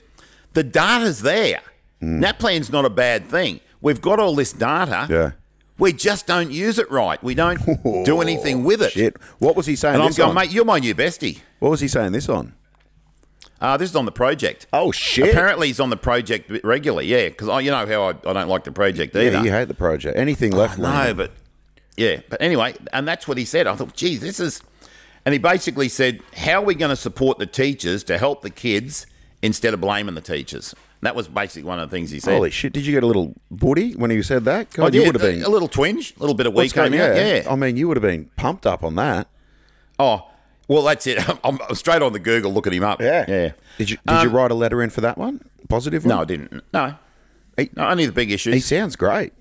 S2: "The data's there.
S1: Mm.
S2: That plan's not a bad thing. We've got all this data.
S1: Yeah.
S2: We just don't use it right. We
S1: [LAUGHS]
S2: don't do anything with it."
S1: shit. What was he saying?
S2: And I'm
S1: this
S2: going,
S1: on?
S2: mate, you're my new bestie.
S1: What was he saying this on?
S2: Uh, this is on the project.
S1: Oh shit!
S2: Apparently, he's on the project regularly. Yeah, because you know how I, I don't like the project either.
S1: yeah, you hate the project. Anything left?
S2: No, but yeah, but anyway, and that's what he said. I thought, geez, this is. And he basically said, "How are we going to support the teachers to help the kids instead of blaming the teachers?" That was basically one of the things he said.
S1: Holy shit! Did you get a little booty when he said that? God,
S2: Oh,
S1: you
S2: yeah,
S1: would have been.
S2: a little twinge, a little bit of wee
S1: what's
S2: came
S1: going-
S2: out. Yeah.
S1: I mean, you would have been pumped up on that.
S2: Oh, well, that's it. [LAUGHS] I'm, I'm straight on the Google looking him up. yeah. Um,
S1: Did you Did you write a letter in for that one? Positive? One?
S2: No, I didn't. No.
S1: He-
S2: no, only the big issues.
S1: He sounds great.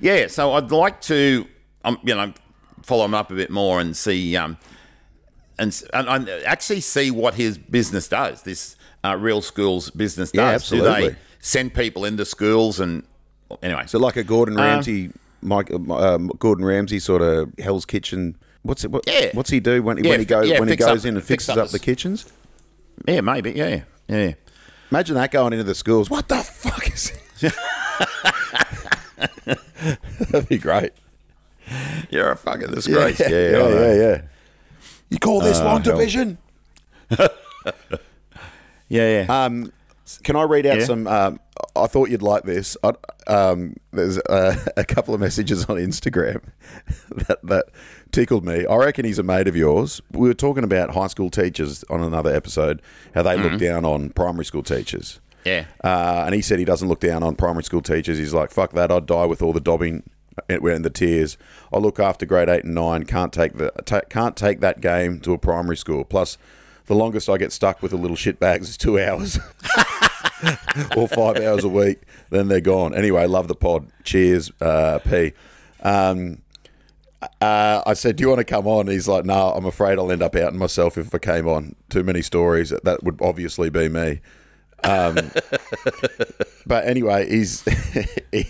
S2: Yeah, so I'd like to, um, you know, follow him up a bit more and see, um, and, s- and, and actually see what his business does. This uh, real schools business does.
S1: Yeah,
S2: Do
S1: absolutely.
S2: they send people into schools and anyway?
S1: So
S2: So
S1: like a Gordon
S2: Uh.
S1: Ramsay, Mike, uh, Gordon Ramsay sort of Hell's Kitchen. What's it? What,
S2: Yeah.
S1: What's he do when, he
S2: Yeah,
S1: when he
S2: fi-
S1: goes
S2: yeah,
S1: when he
S2: fix
S1: goes
S2: up-
S1: in and
S2: fix
S1: fixes
S2: up
S1: up
S2: the
S1: the
S2: s-
S1: kitchens?
S2: yeah, maybe. Yeah, yeah.
S1: Imagine that going into the schools. What the fuck is?
S2: [LAUGHS]
S1: That'd be great.
S2: You're a fucking disgrace. Yeah, I know.
S1: yeah, yeah. Uh, You call this long division?
S2: yeah, yeah.
S1: Um, can I read out
S2: Yeah.
S1: some? Um, I thought you'd like this. I, um, there's uh, a couple of messages on Instagram [LAUGHS] that, that tickled me. I reckon he's a mate of yours. We were talking about high school teachers on another episode, how they look down on primary school teachers.
S2: Mm-hmm. Yeah.
S1: Uh, and he said he doesn't look down on primary school teachers. He's like, fuck that, I'd die with all the dobbing and and the tears. I look after grade eight and nine. Can't take the ta can't take that game to a primary school. Plus, the longest I get stuck with the little shit bags is two hours [LAUGHS] or five hours a week. Then they're gone. Anyway, love the pod. Cheers, uh, P. Um, uh, I said, "Do you want to come on?" He's like, "No, I'm afraid I'll end up outing myself if I came on. Too many stories. That would obviously be me." Um, [LAUGHS] but anyway, he's [LAUGHS] he,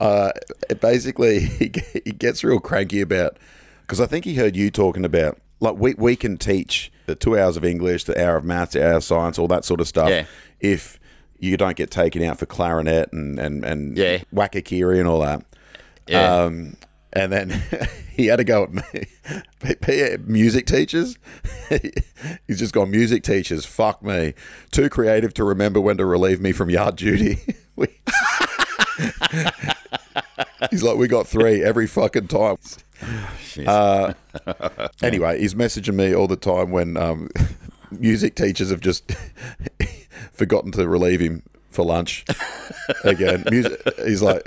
S1: uh, basically he, g- he gets real cranky about because I think he heard you talking about like we we can teach the two hours of English, the hour of maths, the hour of science, all that sort of stuff.
S2: Yeah.
S1: If you don't get taken out for clarinet and and and
S2: Yeah.
S1: wakakiri and all that.
S2: yeah.
S1: Um, and then [LAUGHS] he had to go at me. [LAUGHS] P- P- music teachers. [LAUGHS] He's just gone, music teachers, fuck me. Too creative to remember when to relieve me from yard duty. [LAUGHS] We- He's like, we got three every fucking time. Uh, [LAUGHS] anyway, he's messaging me all the time when um, music teachers have just [LAUGHS] forgotten to relieve him for lunch again. Music, he's like,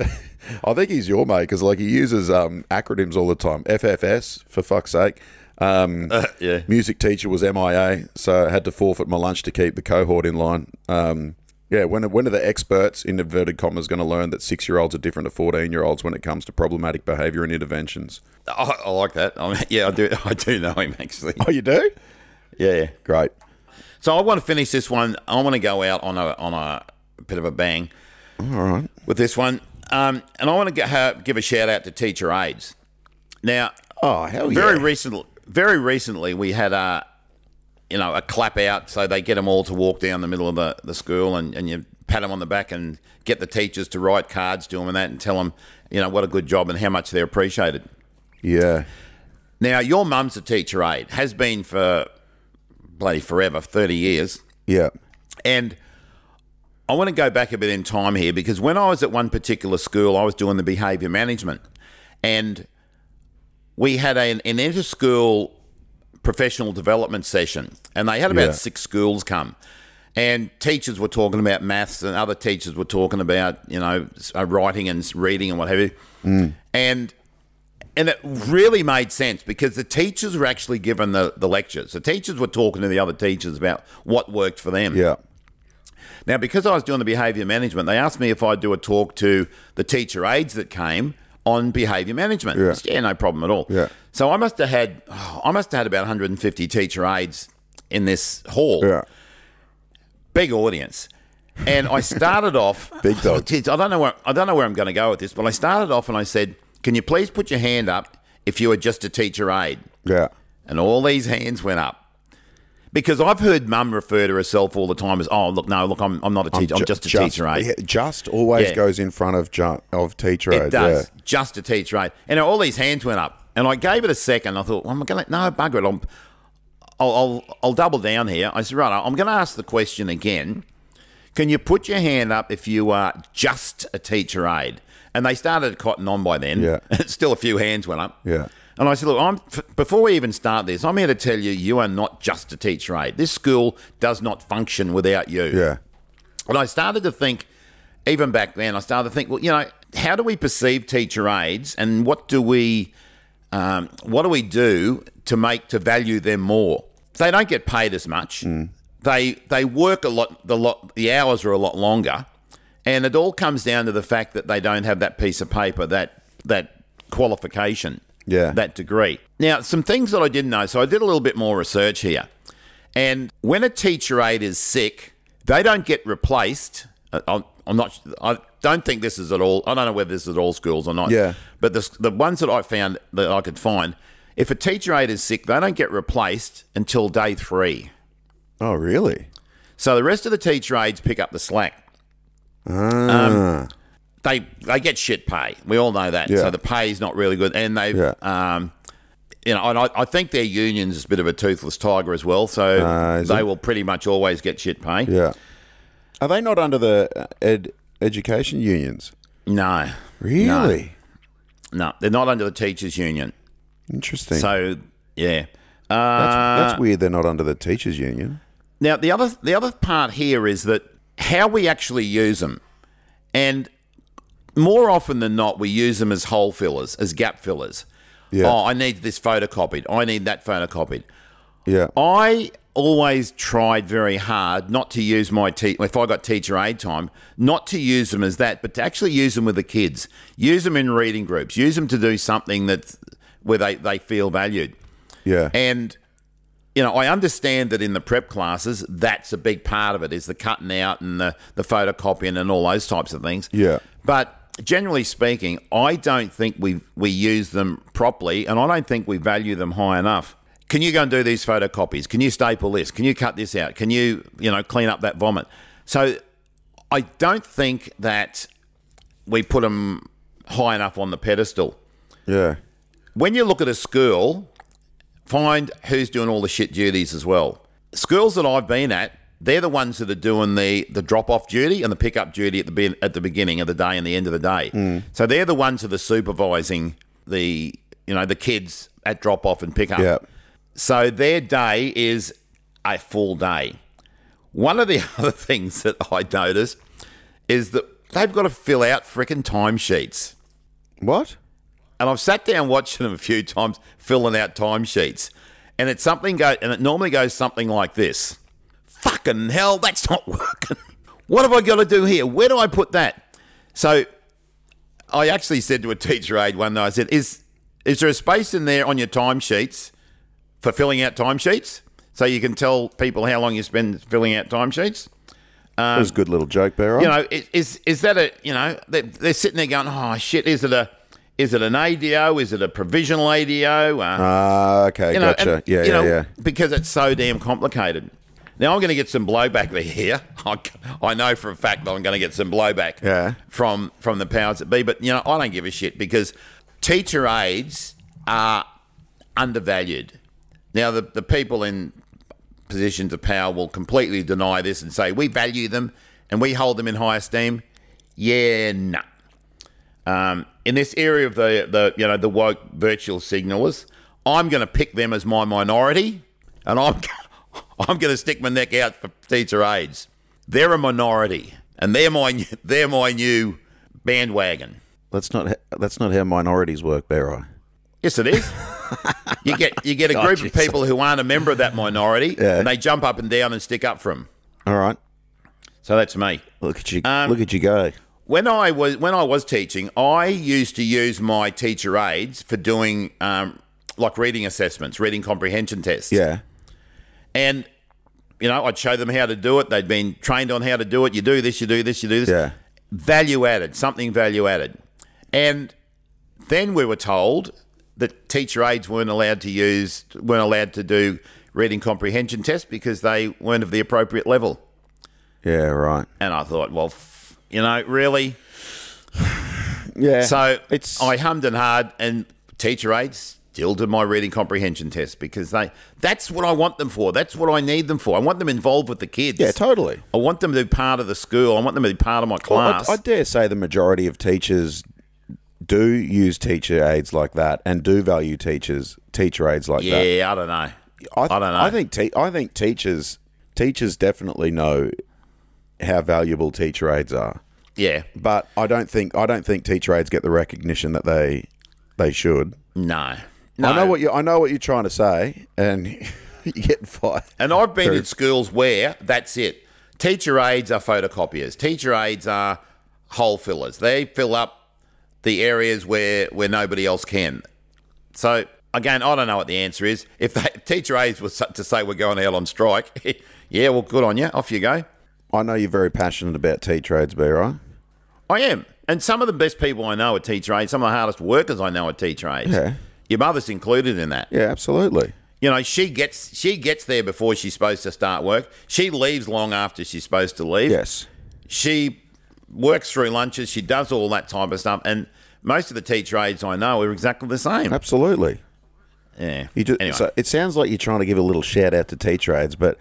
S1: I think he's your mate because like he uses um, acronyms all the time. FFS for fuck's sake. Um,
S2: yeah.
S1: Music teacher was MIA, so I had to forfeit my lunch to keep the cohort in line. Um, yeah, when are- when are the experts in inverted commas going to learn that six year olds are different to fourteen year olds when it comes to problematic behaviour and interventions?
S2: I, I like that. I mean, [LAUGHS] yeah, I do. I do know him actually.
S1: Oh, you do?
S2: Yeah.
S1: Great.
S2: So I want to finish this one. I want to go out on a on a bit of a bang. All right. With this one, um, and I want to get her, give a shout out to teacher aides. Now,
S1: Oh hell yeah!
S2: very recently, very recently, we had a you know a clap out, so they get them all to walk down the middle of the, the school, and, and you pat them on the back and get the teachers to write cards to them and that, and tell them you know what a good job and how much they're appreciated.
S1: yeah.
S2: Now, your mum's a teacher aide, has been for bloody forever, 30 years.
S1: Yeah.
S2: And I want to go back a bit in time here because when I was at one particular school, I was doing the behaviour management. And we had an, an inter school professional development session. And they had about
S1: Yeah.
S2: six schools come. And teachers were talking about maths, and other teachers were talking about, you know, s- uh, writing and s- reading and what have you.
S1: Mm.
S2: And and it really made sense because the teachers were actually given the, the lectures. The teachers were talking to the other teachers about what worked for them.
S1: Yeah.
S2: Now, because I was doing the behaviour management, they asked me if I'd do a talk to the teacher aides that came on behaviour management.
S1: Yeah.
S2: I said, yeah no problem at all.
S1: Yeah.
S2: So I must have had, oh, I must have had about 150 teacher aides in this hall
S1: Yeah.
S2: big audience. And I started off
S1: [LAUGHS] Big dog.
S2: Oh, geez, I don't know where I don't know where I'm going to go with this, but I started off and I said, "Can you please put your hand up if you were just a teacher aide?"
S1: Yeah.
S2: And all these hands went up. Because I've heard mum refer to herself all the time as, "Oh, look, no, look, I'm, I'm not a teacher. I'm,
S1: Ju-
S2: just a teacher eh?" aide."
S1: eh? yeah, Just always
S2: Yeah.
S1: goes in front of ju- of teacher aid.
S2: It does. Just a teacher aid. And all these hands went up. And I gave it a second. I thought, well, I'm going to, no, bugger it. I'm, I'll, I'll, I'll double down here. I said, right, I'm going to ask the question again. Can you put your hand up if you are just a teacher aid? And they started to cotton on by then.
S1: Yeah.
S2: [LAUGHS] Still a few hands went up.
S1: Yeah.
S2: And I said, look, I'm, f- before we even start this, I'm here to tell you, you are not just a teacher aid. This school does not function without you.
S1: Yeah. Yeah.
S2: And I started to think, even back then, I started to think, well, you know, how do we perceive teacher aides, and what do we, um, what do we do to make to value them more? They don't get paid as much. They they work a lot. The lot the hours are a lot longer, and it all comes down to the fact that they don't have that piece of paper that that qualification.
S1: Yeah.
S2: That degree. Now, some things that I didn't know. So I did a little bit more research here. And when a teacher aide is sick, they don't get replaced. I- I'm, I'm not. I don't think this is at all. I don't know whether this is at all schools or not.
S1: Yeah.
S2: But the the ones that I found that I could find, if a teacher aide is sick, they don't get replaced until day three.
S1: Oh really?
S2: So the rest of the teacher aides pick up the slack. Um, they they get shit pay. We all know that.
S1: Yeah.
S2: So the pay is not really good, and they've.
S1: Yeah.
S2: Um, you know, and I, I think their unions is a bit of a toothless tiger as well, so
S1: Uh, is
S2: they
S1: it?
S2: will pretty much always get shit pay.
S1: Yeah. Are they not under the uh, ed education unions?
S2: No,
S1: Really?
S2: no, they're not under the teachers' union.
S1: Interesting.
S2: So yeah, uh,
S1: that's, that's weird. They're not under the teachers union.
S2: Now the other the other part here is that how we actually use them, and more often than not, we use them as hole fillers, as gap fillers.
S1: Yeah.
S2: Oh, I need this photocopied. I need that photocopied.
S1: Yeah.
S2: I always tried very hard not to use my te- if I got teacher aid time, not to use them as that, but to actually use them with the kids. Use them in reading groups. Use them to do something that where they, they feel valued.
S1: Yeah.
S2: And you know, I understand that in the prep classes, that's a big part of it is the cutting out and the the photocopying and all those types of things.
S1: Yeah.
S2: But generally speaking, I don't think we we use them properly, and I don't think we value them high enough. Can you go and do these photocopies? Can you staple this? Can you cut this out? Can you you know clean up that vomit? So I don't think that we put them high enough on the pedestal
S1: yeah.
S2: when you look at a school, find who's doing all the shit duties as well. Schools that I've been at, they're the ones that are doing the, the drop off duty and the pick up duty at the be- at the beginning of the day and the end of the day. So they're the ones that are supervising the you know the kids at drop off and pick up.
S1: Yeah.
S2: So their day is a full day. One of the [LAUGHS] other things that I noticed is that they've got to fill out frickin' timesheets.
S1: What?
S2: And I've sat down watching them a few times filling out timesheets. And it's something go and it normally goes something like this. Fucking hell, that's not [LAUGHS] working. What have I got to do here? Where do I put that? So I actually said to a teacher aide one night, I said, Is is there a space in there on your timesheets for filling out timesheets? So you can tell people how long you spend filling out timesheets?
S1: that was a good little joke there.
S2: you know, i- is is that a you know they're, they're sitting there going, oh shit, is it a is it an ADO? Is it a provisional ADO? Uh,
S1: Ah, okay,
S2: you know,
S1: gotcha.
S2: and,
S1: yeah,
S2: you
S1: yeah,
S2: know,
S1: yeah.
S2: Because it's so damn complicated. Now I'm going to get some blowback [LAUGHS] there here. I, I know for a fact that I'm going to get some blowback
S1: Yeah.
S2: from from the powers that be. But you know, I don't give a shit because teacher aides are undervalued. Now the the people in positions of power will completely deny this and say we value them and we hold them in high esteem. Yeah, no. Um, in this area of the, the you know the woke virtual signalers, I'm going to pick them as my minority, and I'm [LAUGHS] I'm going to stick my neck out for teacher aides. They're a minority, and they're my new- [LAUGHS] they're my new bandwagon.
S1: That's not ho- that's not how minorities work, Barrow.
S2: Yes, it is. you get you get a group of people who aren't a member of that minority, and they jump up and down and stick up for them.
S1: All right,
S2: So that's me.
S1: look at you,
S2: Um,
S1: look at you go.
S2: When I was when I was teaching, I used to use my teacher aids for doing um, like reading assessments, reading comprehension tests.
S1: Yeah,
S2: and you know I'd show them how to do it. They'd been trained on how to do it. You do this, you do this, you do this.
S1: Yeah.
S2: Value added, something value added, and then we were told that teacher aides weren't allowed to use, weren't allowed to do reading comprehension tests because they weren't of the appropriate level.
S1: yeah, right.
S2: And I thought, well, f- you know, really.
S1: Yeah.
S2: [LAUGHS] So
S1: it's
S2: I hummed and hard, and teacher aides still did my reading comprehension test because they that's what I want them for. That's what I need them for. I want them involved with the kids.
S1: yeah, totally.
S2: I want them to be part of the school. I want them to be part of my
S1: Well,
S2: class.
S1: I, I dare say the majority of teachers do use teacher aids like that and do value teachers teacher aids like that.
S2: yeah, I don't know.
S1: I, th-
S2: I don't know.
S1: I think te- I think teachers teachers definitely know how valuable teacher aids are,
S2: yeah,
S1: but I don't think I don't think teacher aids get the recognition that they they should.
S2: no, no.
S1: I know what you I know what you're trying to say, and [LAUGHS] you get fired.
S2: And I've been in schools where that's it. Teacher aides are photocopiers. Teacher aides are hole fillers. They fill up the areas where where nobody else can. So again, I don't know what the answer is. If, they, if teacher aides was to say we're going out on strike, [LAUGHS] yeah, well, good on you. Off you go.
S1: I know you're very passionate about teacher aids, B, right?
S2: I am. And some of the best people I know are teacher aides. Some of the hardest workers I know are teacher aides.
S1: Yeah.
S2: Your mother's included in that.
S1: Yeah, absolutely.
S2: You know, she gets she gets there before she's supposed to start work. She leaves long after she's supposed to leave.
S1: Yes.
S2: she works through lunches. She does all that type of stuff. And most of the teacher aides I know are exactly the same.
S1: Absolutely.
S2: Yeah.
S1: You just,
S2: anyway,
S1: so it sounds like you're trying to give a little shout out to teacher aids, but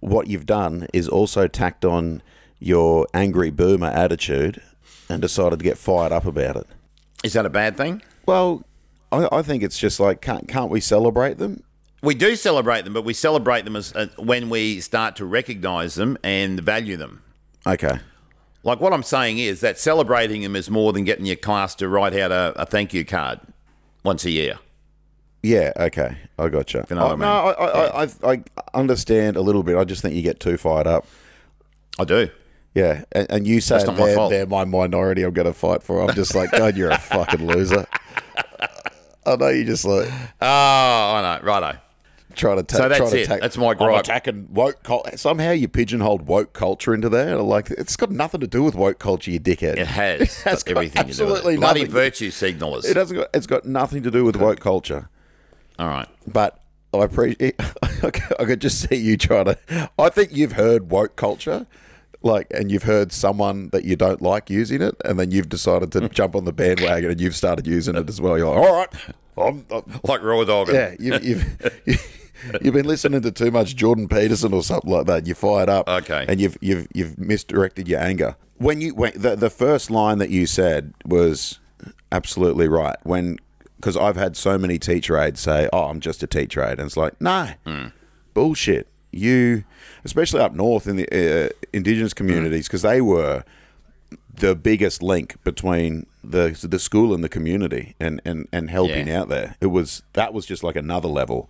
S1: what you've done is also tacked on your angry boomer attitude and decided to get fired up about it.
S2: is that a bad thing?
S1: Well, I, I think it's just like can't can't we celebrate them?
S2: We do celebrate them, but we celebrate them as, uh, when we start to recognise them and value them.
S1: Okay.
S2: Like what I'm saying is that celebrating them is more than getting your class to write out a, a thank you card once a year.
S1: Yeah. Okay. I gotcha.
S2: know what
S1: I,
S2: I
S1: no, I I, I I I understand a little bit. I just think you get too fired up.
S2: I do.
S1: Yeah, and, and you say
S2: not my
S1: they're,
S2: fault.
S1: they're my minority. I'm going to fight for. I'm just like, God, you're a fucking loser. I know you're just like
S2: Oh, I know. Righto.
S1: trying to take.
S2: So that's
S1: trying to
S2: it.
S1: tack-
S2: That's my
S1: I'm
S2: gripe.
S1: attacking woke cul- Somehow you pigeonholed woke culture into that. I'm Like it's got nothing to do with woke culture, you dickhead.
S2: It has
S1: [LAUGHS] That's got
S2: everything to do with
S1: absolutely
S2: it. Bloody
S1: nothing.
S2: virtue signalers.
S1: It doesn't. Got, it's got nothing to do with woke culture.
S2: All right.
S1: But I appreciate. [LAUGHS] I could just see you trying to. I think you've heard woke culture, like, and you've heard someone that you don't like using it, and then you've decided to jump on the bandwagon and you've started using it as well. You're like, all right, I'm, I'm
S2: Like raw dog.
S1: yeah, you've, you've [LAUGHS] you've been listening to too much Jordan Peterson or something like that. You're fired up,
S2: Okay.
S1: and you've you've you've misdirected your anger. When you when the the first line that you said was absolutely right. When because
S2: Hmm.
S1: I've had so many teacher aides say, "Oh, I'm just a teacher aide," and it's like, no, bullshit. you, especially up north in the uh, indigenous
S2: Hmm.
S1: communities, because they were the biggest link between the the school and the community, and and and helping
S2: Yeah.
S1: out there. It was that was just like another level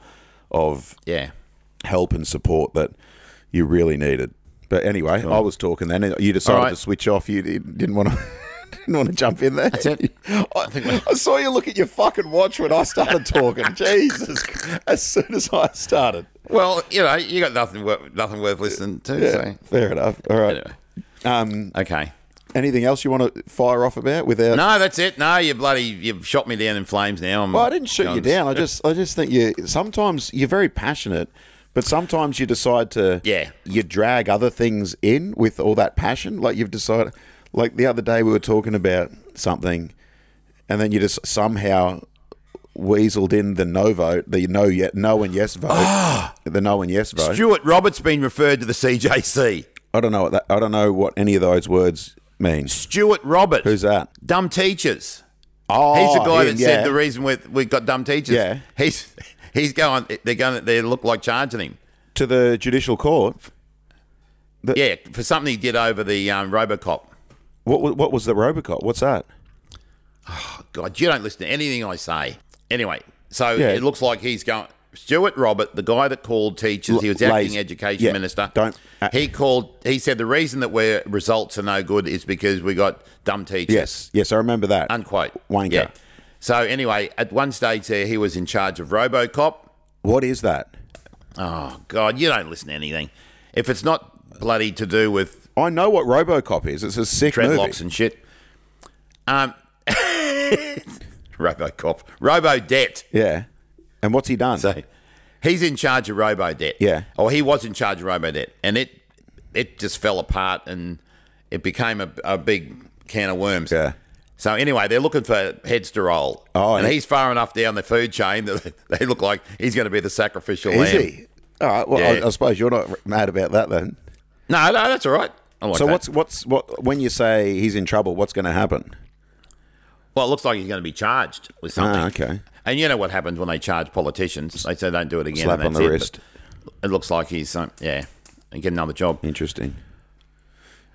S1: of
S2: Yeah.
S1: help and support that you really needed. But anyway, I was talking then. and You decided
S2: All right.
S1: to switch off. You di- didn't want to. [LAUGHS] Didn't want to jump in there. That's
S2: it.
S1: [LAUGHS] I, I saw you look at your fucking watch when I started talking. Jesus! As soon as I started,
S2: Well, you know, you got nothing worth, nothing worth listening to.
S1: yeah, fair enough. All right.
S2: Anyway.
S1: Um, uh,
S2: So okay.
S1: anything else you want to fire off about? Without,
S2: No, that's it. No, you bloody you've shot me down in flames now. I'm,
S1: well, I didn't shoot you
S2: I'm-
S1: down. I just, I just think you. Sometimes you're very passionate, but sometimes you decide to,
S2: Yeah.
S1: you drag other things in with all that passion. Like you've decided, like the other day we were talking about something, and then you just somehow weaseled in the no vote, the no yet, no and yes
S2: [GASPS]
S1: vote, the no and yes vote.
S2: Stuart Roberts been referred to the CJC.
S1: I don't know what that. I don't know what any of those words mean.
S2: Stuart Roberts.
S1: Who's that?
S2: Dumb teachers.
S1: Oh,
S2: He's the guy
S1: him,
S2: that said
S1: yeah.
S2: the reason we we've got dumb teachers.
S1: Yeah.
S2: He's he's going. They're going. They look like charging him.
S1: to the judicial court.
S2: Yeah, for something he did over the um, Robocop.
S1: What wa- what was the Robocop? What's that?
S2: God, you don't listen to anything I say. Anyway, so
S1: Yeah.
S2: it looks like he's going. Stuart Robert, the guy that called teachers, he was
S1: L-
S2: acting
S1: lazy.
S2: education
S1: Yeah,
S2: minister.
S1: don't- uh,
S2: he called. He said the reason that we're results are no good is because we got dumb teachers.
S1: Yes, yes, I remember that.
S2: unquote.
S1: Wanker.
S2: Yeah. So anyway, at one stage there, he was in charge of RoboCop.
S1: What is that?
S2: Oh God, you don't listen to anything. If it's not bloody to do with
S1: I know what Robocop is. It's a sick movie.
S2: dreadlocks and shit. Um, [LAUGHS] RoboCop, RoboDebt.
S1: yeah, and what's he done?
S2: [LAUGHS] So he's in charge of RoboDebt.
S1: Yeah.
S2: Or he was in charge of RoboDebt, and it it just fell apart, and it became a, a big can of worms.
S1: Yeah.
S2: So anyway, they're looking for heads to roll.
S1: Oh,
S2: and
S1: and-
S2: he's far enough down the food chain that [LAUGHS] they look like he's going to be the sacrificial
S1: is
S2: lamb.
S1: he? All right. Well,
S2: Yeah.
S1: I, I suppose you're not mad about that then.
S2: No, no, that's all right. I like
S1: So
S2: that.
S1: what's what's what when you say he's in trouble? What's going to happen?
S2: well? It looks like he's going to be charged with something.
S1: Ah, okay.
S2: And you know what happens when they charge politicians? They say don't do it again.
S1: Slap
S2: and
S1: on
S2: that's
S1: the
S2: it.
S1: wrist.
S2: But It looks like he's um, yeah, and get another job.
S1: Interesting.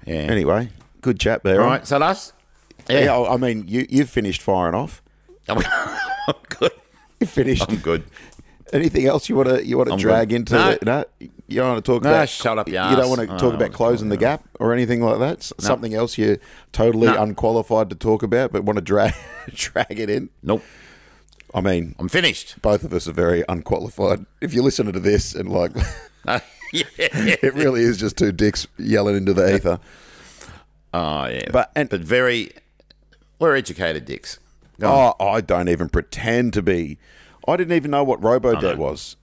S2: Yeah.
S1: Anyway, good chat there.
S2: All right, so that's
S1: Yeah. I I mean, you you've finished firing off.
S2: [LAUGHS] I'm good.
S1: You finished.
S2: I'm good.
S1: Anything else you want to you want to
S2: I'm
S1: drag
S2: good.
S1: into?
S2: No.
S1: it? no, you don't want to talk
S2: No,
S1: about.
S2: shut up Oh,
S1: You
S2: your
S1: don't
S2: arse.
S1: want to
S2: I don't
S1: talk
S2: know
S1: about
S2: what
S1: closing the gap or anything like that. S- Something else you're totally
S2: No.
S1: unqualified to talk about, but want to drag [LAUGHS] drag it in.
S2: Nope,
S1: I mean,
S2: I'm finished. [LAUGHS]
S1: both of us are very unqualified. If you're listening to this and like, [LAUGHS]
S2: yeah.
S1: it really is just two dicks yelling into the ether.
S2: Oh yeah.
S1: But- and-
S2: but very, we're educated dicks.
S1: Oh, I don't even pretend to be. I didn't even know what RoboDebt was.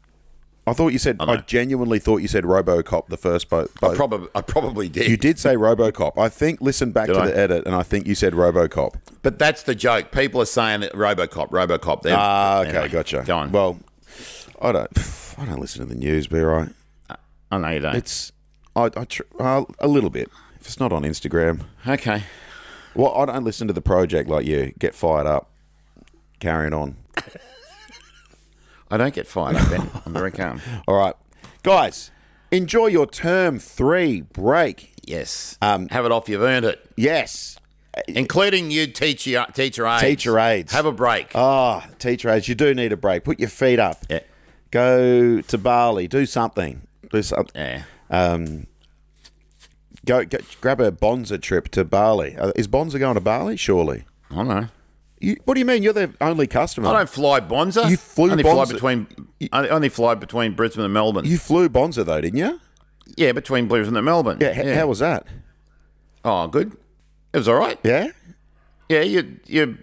S1: I thought you said. I, genuinely thought you said RoboCop the first boat.
S2: I probably I probably did.
S1: You did say RoboCop. I think listen back to
S2: I?
S1: the edit, and I think you said RoboCop.
S2: But that's the joke. People are saying that RoboCop, RoboCop. They're-
S1: Ah, okay,
S2: anyway,
S1: gotcha.
S2: Go on. Well,
S1: Well, I don't. I don't listen to the news, be right.
S2: I know you don't.
S1: It's I, I tr- uh, a little bit. If it's not on Instagram,
S2: okay.
S1: well, I don't listen to the project like you. Get fired up, carrying on.
S2: I don't get fired
S1: [LAUGHS]
S2: up. Ben. I'm very calm.
S1: All right, guys, enjoy your term three break.
S2: Yes.
S1: Um,
S2: Have it off. You've earned it.
S1: Yes.
S2: Including you, teacher, teacher aides.
S1: Teacher aides.
S2: Have a break.
S1: Ah, teacher aids, you do need a break. Put your feet up.
S2: Yeah.
S1: Go to Bali. Do something. Do something.
S2: yeah.
S1: um, go, go grab a Bonza trip to Bali. Uh, is Bonza going to Bali? Surely.
S2: I don't know.
S1: You, what do you mean? You're their only customer.
S2: I don't fly Bonza.
S1: You flew
S2: only
S1: Bonza.
S2: Fly between, only only fly between Brisbane and Melbourne.
S1: You flew Bonza though, didn't you?
S2: yeah, between Brisbane and Melbourne.
S1: Yeah. h- How was that?
S2: Oh, good. It was all right.
S1: Yeah.
S2: Yeah, you you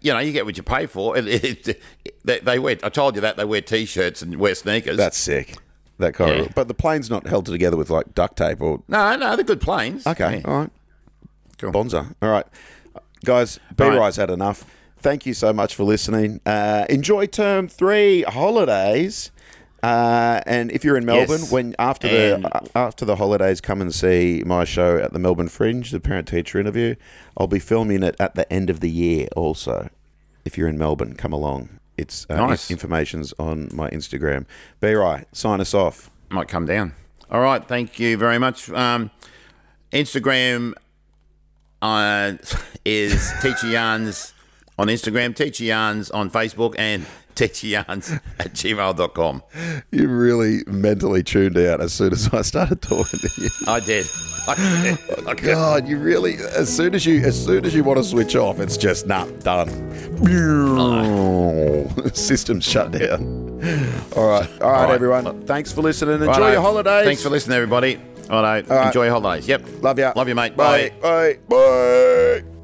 S2: you know you get what you pay for. [LAUGHS] It, it, they, they wear. I told you that they wear t-shirts and wear sneakers.
S1: That's sick. That kind
S2: Yeah.
S1: of. But the plane's not held together with like duct tape or.
S2: no, no, they're good planes.
S1: Okay.
S2: Yeah.
S1: All right.
S2: Cool.
S1: Bonza. All right, guys. B
S2: All right.
S1: Rise had enough. Thank you so much for listening. Uh, enjoy term three holidays. Uh, and if you're in Melbourne,
S2: Yes.
S1: when after
S2: And-
S1: the uh, after the holidays, come and see my show at the Melbourne Fringe, the parent teacher interview. I'll be filming it at the end of the year. Also, if you're in Melbourne, come along. It's uh,
S2: Nice.
S1: information's on my Instagram. B Rai, sign us off.
S2: might come down. All right, thank you very much. Um, Instagram uh, [LAUGHS] is Teacher Yarns on Instagram, Teacher Yarns on Facebook, and [LAUGHS] Teacher Yarns at gmail.com.
S1: You really mentally tuned out as soon as I started talking to
S2: [LAUGHS]
S1: you.
S2: I did. I did. I did.
S1: God, you really. As soon as you, as soon as you want to switch off, it's just not done. [LAUGHS] System shut down. All right, all right,
S2: right.
S1: everyone. Thanks for listening. [LAUGHS] Enjoy
S2: Righto.
S1: your holidays.
S2: Thanks for listening, everybody. All right.
S1: right.
S2: Enjoy your holidays. Yep.
S1: Love you.
S2: Love you, mate. Bye.
S1: Bye. Bye. Bye.